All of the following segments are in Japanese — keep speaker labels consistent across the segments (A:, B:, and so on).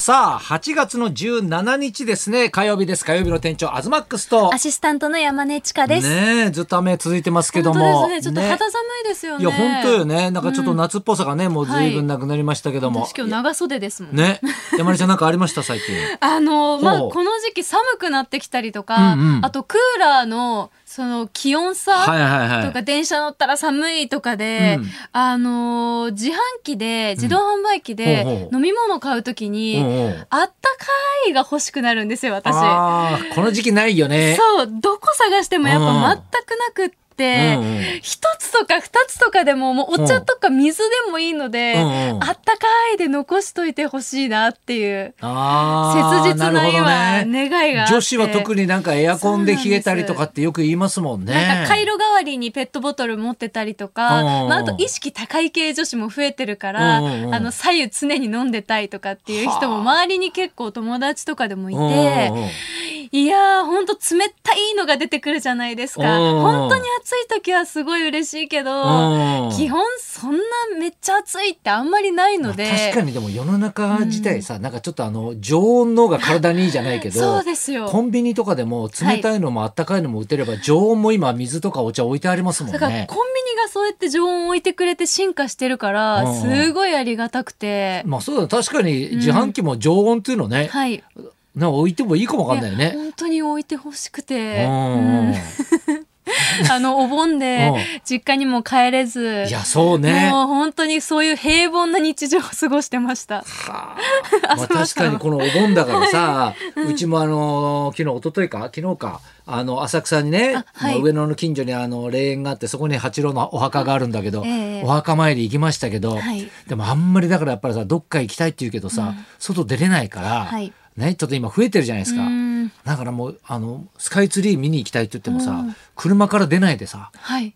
A: さあ、8月の17日ですね。火曜日です。火曜日の店長、アズマックスと。
B: アシスタントの山根千佳です。
A: ねえ、ずっと雨続いてますけど
B: 本
A: も。
B: 当ですね。ちょっと肌寒いですよね。
A: いや、本当よね。なんかちょっと夏っぽさがね、もう随分なくなりましたけども
B: 私。今日長袖ですもん。
A: ね。山根ちゃんなんかありました最近。
B: あのまあ
A: ほう
B: この時期寒くなってきたりとか、
A: うんうん
B: あとクーラーのその気温
A: はい
B: 差
A: はいはい。
B: とか電車乗ったら寒いとかで、
A: うん
B: あの自販機で自動販売機で
A: うんほうほう
B: 飲み物買うときに、
A: うんうん
B: あったかいが欲しくなるんですよ私。
A: ああ、この時期ないよね。
B: そうどこ探してもやっぱ全くなくっ
A: うんう
B: て。
A: ん
B: 一つとか二つとかでももうお茶とか水でもいいので、
A: うんうん
B: あったかいで残しといてほしいなっていう切
A: ああ、
B: 実な
A: るほど
B: 今
A: ね
B: 願いがあって
A: 女子は特になんかエアコンで冷えたりとかってよく言いますもんね。
B: なんか回路代わりにペットボトル持ってたりとか、
A: うんうんうん
B: まあ、あと意識高い系女子も増えてるから、
A: うんうんうん
B: あの左右常に飲んでたいとかっていう人も周りに結構友達とかでもいて、
A: うんうんうん
B: いやーほんと冷たいのが出てくるじゃないですか、
A: うんうん
B: 本当に暑い時はすごい嬉しいけど、
A: うん
B: 基本そんなめっちゃ暑いってあんまりないので、
A: まあ確かにでも世の中自体さ、なんかちょっとあの常温の方が体にいいじゃないけ
B: そう
A: ど
B: ですよ
A: コンビニとかでも冷たいのもあったかいのも売ってれば、常温も今水とかお茶置いてありますもん
B: だから
A: ね
B: コンビニがそうやって常温置いてくれて進化してるから、
A: うんうん
B: すごいありがたくて、
A: まあそうだ確かに自販機も常温っていうのね、
B: はい
A: なんか置いてもいいかもわかんないよね。
B: 本当に置いてほしく
A: う
B: て、
A: んうん
B: うんあのお盆で
A: うん
B: 実家にも帰れず
A: いやそうね。
B: もう本当にそういう平凡な日常を過ごしてました
A: はあ、まあ、確かにこのお盆だからさ、うちもあの昨日一昨日か昨日かあの浅草にね
B: あ、はい
A: まあ上野の近所にあの霊園があってそこに八郎のお墓があるんだけど、
B: ええ
A: お墓参り行きましたけど、
B: はい
A: でもあんまりだからやっぱりさどっか行きたいって言うけどさ、外出れないから、
B: はい
A: ねちょっと今増えてるじゃないですか。
B: うん
A: だからもうあのスカイツリー見に行きたいって言ってもさ、
B: うん
A: 車から出ないで さ
B: はい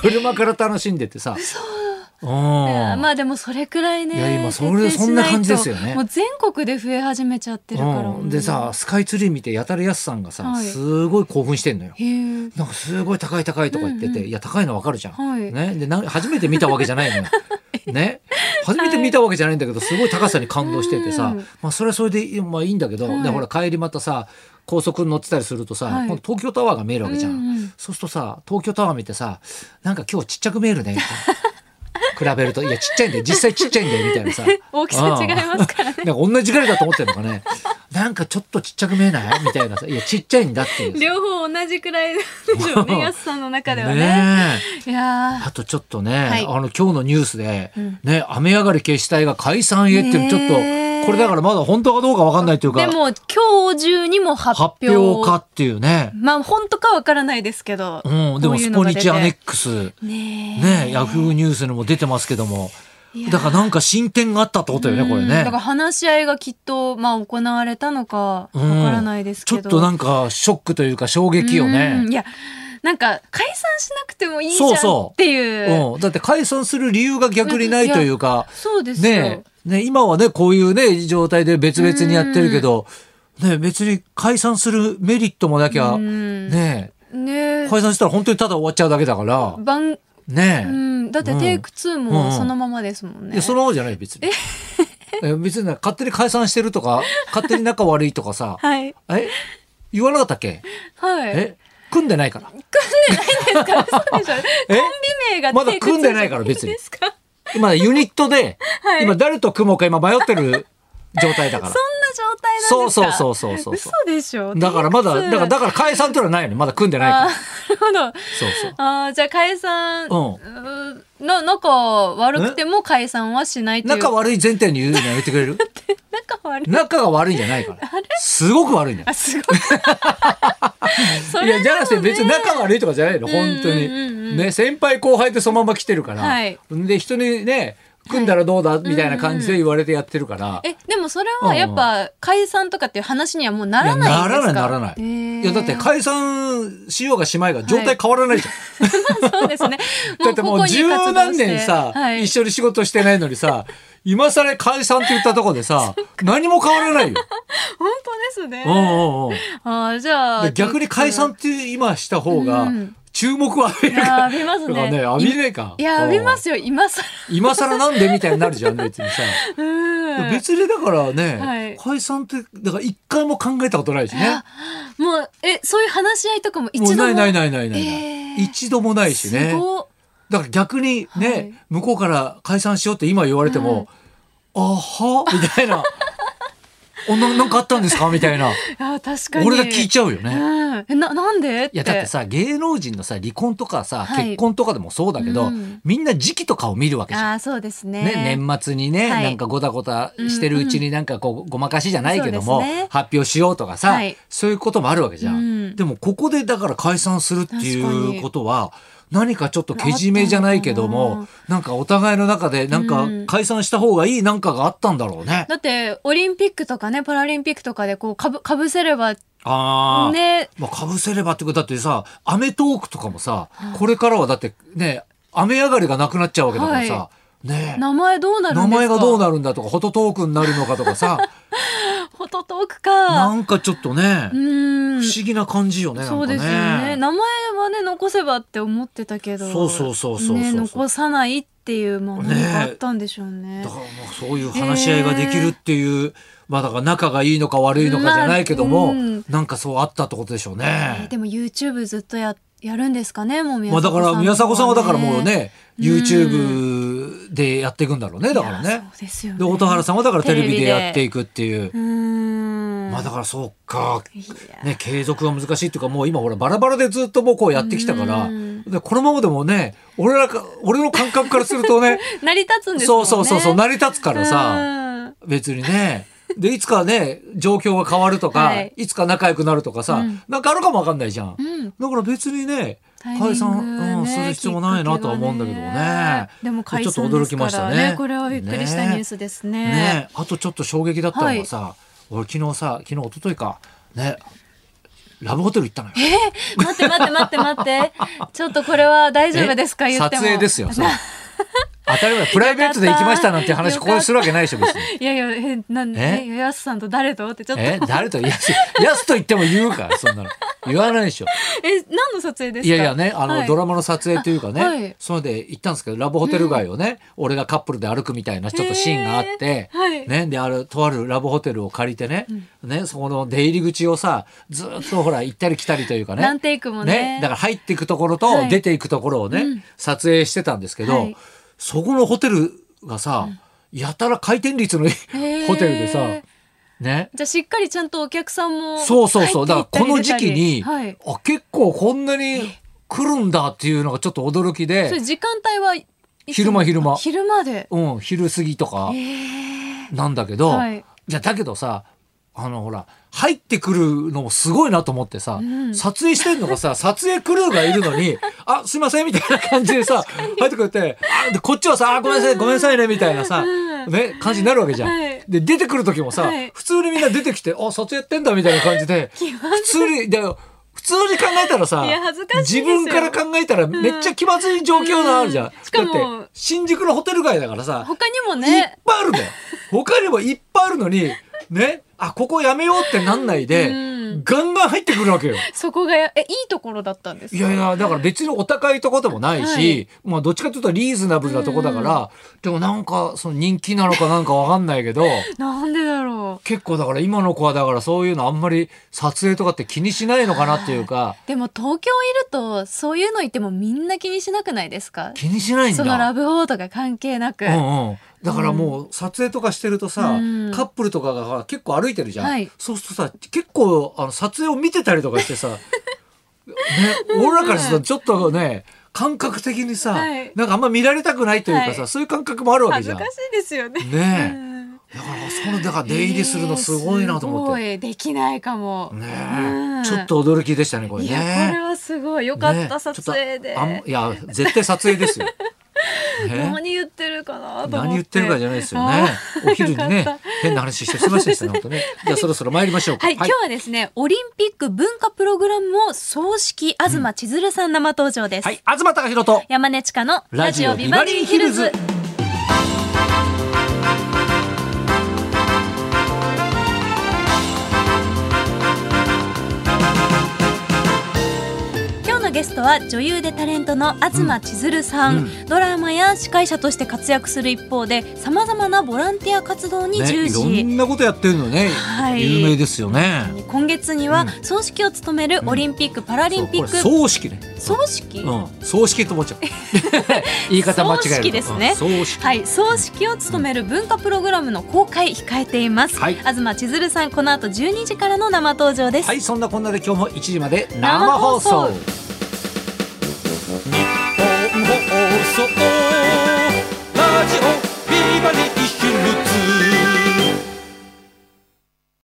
A: 車から楽しんでってさ。うん
B: まあでもそれくらいね
A: いや今それ
B: 徹底しいと
A: そんな感じですよね
B: もう全国で増え始めちゃってるから、
A: うん、でさスカイツリー見てやたらやすさんがさ、
B: はい
A: すごい興奮してんのよ。
B: へえ
A: なんかすごい高い高いとか言ってて、
B: うんう
A: いや高いのわかるじゃん。
B: はい
A: ね、でな初めて見たわけじゃないのよ。ね、初めて見たわけじゃないんだけど、すごい高さに感動しててさ、
B: うん
A: まあそれはそれでいい,、まあ、いいんだけど、
B: はい
A: でほら帰りまたさ高速に乗ってたりするとさ、
B: はい
A: 今度東京タワーが見えるわけじゃん。
B: うん うん
A: そうするとさ東京タワー見てさなんか今日ちっちゃく見えるね みたいな比べるといやちっちゃいんだよ実際ちっちゃいんだよみたいなさ
B: 大きさ違いますからね
A: なんか同じぐらいだと思ってるのか ね。なんかちょっとちっちゃく見えないみたいなさ。いや、ちっちゃいんだっていう。
B: 両方同じくらいなんでしょうね安さんの中ではね
A: ねえ
B: いや
A: あとちょっとね、
B: はい
A: あの今日のニュースで、
B: うん
A: ね、雨上がり決死隊が解散へっていうのちょっと、
B: ねえ
A: これだからまだ本当かどうかわかんないという
B: ーで
A: か、
B: も今日中にも発
A: 発
B: 表
A: 表かっていうね。
B: まあ本当かわからないですけど、
A: うん、で
B: こ
A: も
B: ういう
A: ス
B: の
A: ポ
B: が
A: ニ
B: 出て
A: チアネックス、
B: ねえ
A: ね、ヤフーニュースにも出てますけども
B: いや、ー
A: だからなんか進展があったってことよね、これ
B: うん
A: ね
B: だか。ら話し合いがきっとまあ行われたのかわか
A: うん
B: らないです
A: ちょ
B: け
A: っ
B: ど、
A: となんかショックというか衝撃よね。
B: うんいやなんか解散しなくてもいいじゃん
A: そう
B: っ
A: そう
B: ていうそう
A: うん、だって解散する理由が逆にないというか、
B: ですよ、
A: ねえねえ今はねこういうね状態で別々にやってるけど、ねえ別に解散するメリットもなきゃ、
B: うん
A: ね
B: ね
A: え
B: え
A: 解散したら本当にただ終わっちゃうだけだから
B: 番
A: ねえ、
B: うん、だってテイク2
A: うん
B: もそのままですもんね、
A: いやそのままじゃない別に。 え別になんか勝手に解散してるとか勝手に仲悪いとかさ
B: はい
A: え言わなかったっけ
B: はい
A: え組んでないから
B: ですからそうでしょコンビ名が
A: まだ
B: テイク
A: 組んでないから別に
B: 2ですか
A: 今ユニットで、
B: はい
A: 今誰と組もうか今迷ってる状態だから
B: そんな状態なんですか
A: そうそうそうそうそう
B: 嘘でしょ
A: だからまだ
B: テイク
A: だから
B: 2
A: だから解散というのはないよねまだ組んでないか
B: あ
A: ら
B: ーなるほど
A: そうそう
B: あーじゃあ解散、
A: うん
B: うーの仲悪くても解散はしないという
A: 仲悪い前提に言うのやめてくれる
B: 仲悪い
A: 仲が悪いんじゃないから。すごく悪いんだよ
B: あ。すごい そ
A: い
B: れ
A: や、じゃなくて別に仲悪いとかじゃないの、本当
B: うんうんうんう
A: に。
B: ん
A: ね、先輩後輩ってそのまま来てるから。
B: はい
A: で、人にね、組んだらどうだみたいな感じで言われてやってるから。
B: えでもそれはやっぱ解散とかっていう話にはもうなら
A: い
B: ない
A: や
B: んで
A: ならな
B: すか
A: い、ならない。
B: えー
A: いや、だって解散しようがしまいが状態変わらないじゃん。
B: そうですね
A: だっても
B: ここ
A: う
B: に
A: 十
B: 活動
A: 何
B: して
A: 年さ、
B: はい
A: 一緒に仕事してないのにさ、今更解散って言ったとこで さ、何も変わらないよ。
B: 本当ですね
A: うんうんうん。
B: あーじゃあ
A: で逆に解散って今した方が
B: うん、
A: 注目を浴びるか
B: やー浴びます
A: らね
B: ね。
A: 浴びねえか
B: いや浴びますよ今さ
A: うん今更なんでみたいになるじゃん別 にさ
B: ら。うん。
A: 別にだからね、
B: はい
A: 解散ってだから一回も考えたことないしね
B: あもうえそういう話し合いとかも一
A: もう
B: 度も
A: ないないないないない、
B: えー
A: 一度もないしね
B: すごっ
A: だから逆にね、
B: はい
A: 向こうから解散しようって今言われても、あはみたいな おななんかあったんですかみたいな
B: あ確かに。
A: 俺が聞いちゃうよね。
B: うんえななんでって
A: いやだってさ芸能人のさ離婚とかさ、
B: はい
A: 結婚とかでもそうだけど、
B: うん
A: みんな時期とかを見るわけじゃん。
B: あーそうですね
A: ね、年末にね、
B: はい
A: なんかごたごたしてるうちになんかこうごまかしじゃないけど
B: そ
A: も、
B: うですね
A: 発表しようとかさ、
B: はい
A: そういうこともあるわけじゃん、
B: うん
A: でもここでだから解散するって
B: 確か
A: いう
B: に
A: ことは何かちょっとけじめじゃないけど
B: あったの
A: も
B: か
A: なんかお互いの中でなんか
B: うん
A: 解散した方がいいなんかがあったんだろうね。
B: だってオリンピックとかねパラリンピックとかでこうかぶかぶせれば
A: あー
B: ね
A: まあ、かぶせればってことだってさ、アメトークとかもさ、これからはだってね、雨上がりがなくなっちゃうわけだからさ、
B: は
A: ねえ
B: 名前どうなるんです
A: 名
B: か
A: 前がどうなるんだとか、ホトトークになるのかとかさ、
B: フォトトークか
A: な
B: うん
A: かちょっとね、
B: ーん
A: 不思議な感じよね、
B: そう
A: な
B: で
A: ん
B: す
A: か
B: よね名前はね残せばって思ってたけど
A: そうそうそうそうそう
B: ね残さないっていうまあ
A: ね
B: 何かあったんでしょうね
A: だからもうそういう話し合いができるっていう、まあだから仲がいいのか悪いのかじゃないけども、
B: まあうん
A: なんかそうあったってことでしょう
B: えー
A: ね。
B: でも YouTube ずっとややるんですかねもう宮
A: まあ
B: 迫さ
A: だ
B: ん
A: から宮迫さんはだからもうね、
B: うん
A: YouTube でやっていくんだろうね、だから
B: いや
A: ね。
B: そうですよね
A: で蛍原さんはだからテレビ
B: テレ
A: で
B: ビで
A: やっていくっていう
B: うーん
A: まあだからそうか
B: いや
A: ね継続が難しいっていうかもう今ほらバラバラでずっともうこうやってきたから
B: うん
A: でこのままでもね俺らか俺の感覚からすると ね
B: 成り立つんですもん
A: そう
B: ね
A: そうそうそう成り立つからさ
B: うん
A: 別にねでいつかね状況が変わるとか、
B: はい
A: い、つか仲良くなるとかさ、
B: うん
A: なんかあるかもわかんないじゃん。
B: うん
A: だから別にね
B: タイミン
A: 解
B: グね
A: 散、うん、する必要もないなとは思うんだけどもね。
B: でも解散
A: ちょっと驚きましたね
B: ですからこれはびっくりしたニュースですね
A: ね、あとちょっと衝撃だったのがさ、俺昨日さ昨日一昨日かねラブホテル行ったのよ。
B: 待って待って待って待ってちょっとこれは大丈夫ですか
A: え
B: 言っても
A: 撮影ですよ さ当たり前プライベートで行きましたなんて話
B: よか
A: こ
B: った
A: こでするわけないでしょ別 に。
B: いやいやえなん
A: え
B: えやすさんと誰とってちょっと
A: え誰とやすやすと言っても言うからそんなの言わないでしょ。
B: え何の撮影ですか
A: いやいやねあの、
B: はい
A: ドラマの撮影というかね、
B: あはい
A: それで行ったんですけどラブホテル街をね、俺がカップルで歩くみたいなちょっとシーンがあって、
B: へーはい
A: ね、であるとあるラブホテルを借りてね,、ねそこの出入り口をさずっとほら行ったり来たりというかね
B: 何テイクもね
A: だから入っていくところ
B: は
A: と
B: い
A: 出ていくところをね、撮影してたんですけど、
B: はい
A: そこのホテルがさ、やたら回転率のいい
B: へー
A: ホテルでさ、ね、
B: じゃあしっかりちゃんとお客さんも
A: そうそうそう。だ
B: 入
A: か
B: って
A: らこ
B: い
A: の
B: った
A: 時
B: り
A: 期
B: 出たり
A: に、
B: はい、
A: あ結構こんなに来るんだっていうのがちょっと驚き
B: それ
A: で、
B: 時間帯はいつ
A: 昼間昼間
B: あ昼間で
A: うん、昼過ぎとか
B: えー
A: なんだけど、
B: はい
A: じゃだけどさ、あのほら、入ってくるのもすごいなと思ってさ、
B: ん
A: 撮影してんのが さ、撮影クルーがいるのに、あ、すいませんみたいな感じでさ、入ってくれて、あでこっちはさ、あごめんなさい、ごめんなさいねみたいなさ、
B: うん
A: ね、感じになるわけじゃん。
B: はい
A: で、出てくる時もさ、
B: はい
A: 普通にみんな出てきて、あ、撮影やってんだみたいな感じ で、普通に、だよ普通に考えたらさ
B: いや恥ずかしいです
A: 自
B: よ
A: 分から考えたらめっちゃ気まずい状況があるじゃん。
B: うんしかも
A: だって新宿のホテル街だからさ、
B: 他に
A: いっ
B: もね
A: ぱいあるんだよ。他にもいっぱいあるのに、ね、あ、ここやめようってなんないで、
B: うん
A: ガンガン入ってくるわけよ。
B: そこがえいいところだったんです
A: いやいや、だから別にお高いとこでもないし、
B: はい
A: まあどっちかというとリーズナブルなとこだから、でもなんかその人気なのかなんかわかんないけど、
B: なんでだろ
A: 結構だから今の子はだからそういうのあんまり撮影とかって気にしないのかなっていうか、
B: うでも東京いるとそういうの言ってもみんな気にしなくないですか
A: 気にしないんだ。
B: そのラブホーとか関係なく、
A: うんうん、だからもう撮影とかしてるとさ、
B: うん
A: カップルとかが結構歩いてるじゃん、
B: はい
A: そうするとさ結構あの撮影を見てたりとかして さ、ね、俺らからするとちょっとね感覚的にさ、
B: はい
A: なんかあんま見られたくないというかさ、
B: はい
A: そういう感覚もあるわけ
B: 恥
A: じゃ
B: ず
A: ん。
B: か
A: ね
B: しいですよねう
A: え、
B: ん
A: だからそのだから出入りするのすごいなと思って、
B: えーすごいできないかも、
A: ね
B: う
A: え
B: ん
A: ちょっと驚きでしたねこれね。
B: いやこれはすごいよかった、
A: ね
B: 撮影
A: ちょっ
B: で
A: とあんいや絶対撮影 ですよ。ね
B: 何言ってるかなと思って
A: 何言ってるかじゃないですよね。お昼に
B: よか
A: ね
B: っ、
A: 変な話してすみませんでしたね、本当ね。じゃあそろそろ参りましょうか。
B: はい、今日はですねオリンピック文化プログラムを葬式東千鶴さん生登場です、
A: はい、東隆弘と、
B: 山根千佳の
A: ラ
B: ラ
A: ジ
B: ジ
A: オ
B: オ
A: ビ
B: ビ
A: バ
B: バ
A: リ
B: リ
A: ー
B: ー
A: ヒ
B: ヒ
A: ル
B: ル
A: ズ
B: ズ。今日のゲストは女優でタレントの東千鶴さん、
A: う
B: ドラマや司会者として活躍する一方でさまざまなボランティア活動に
A: ね、
B: 従
A: いろ
B: 事、
A: んなことやってるのね、
B: はい
A: 有名ですよね。
B: 今月には
A: う
B: 葬式を務めるオリンピック・パラリンピック
A: そうこれ葬式ね。
B: 葬式、
A: うん、葬式と思っ ちゃう。言い方間違えると。
B: 葬式ですね
A: うん葬式。
B: はい、葬式を務める文化プログラムの公開控えています、
A: はい
B: 東千鶴さんこの後12時からの生登場です、
A: はい、そんなこんなで今日も1時まで生放
B: 生
A: 送
B: 放送。
A: 日本放送ラジオ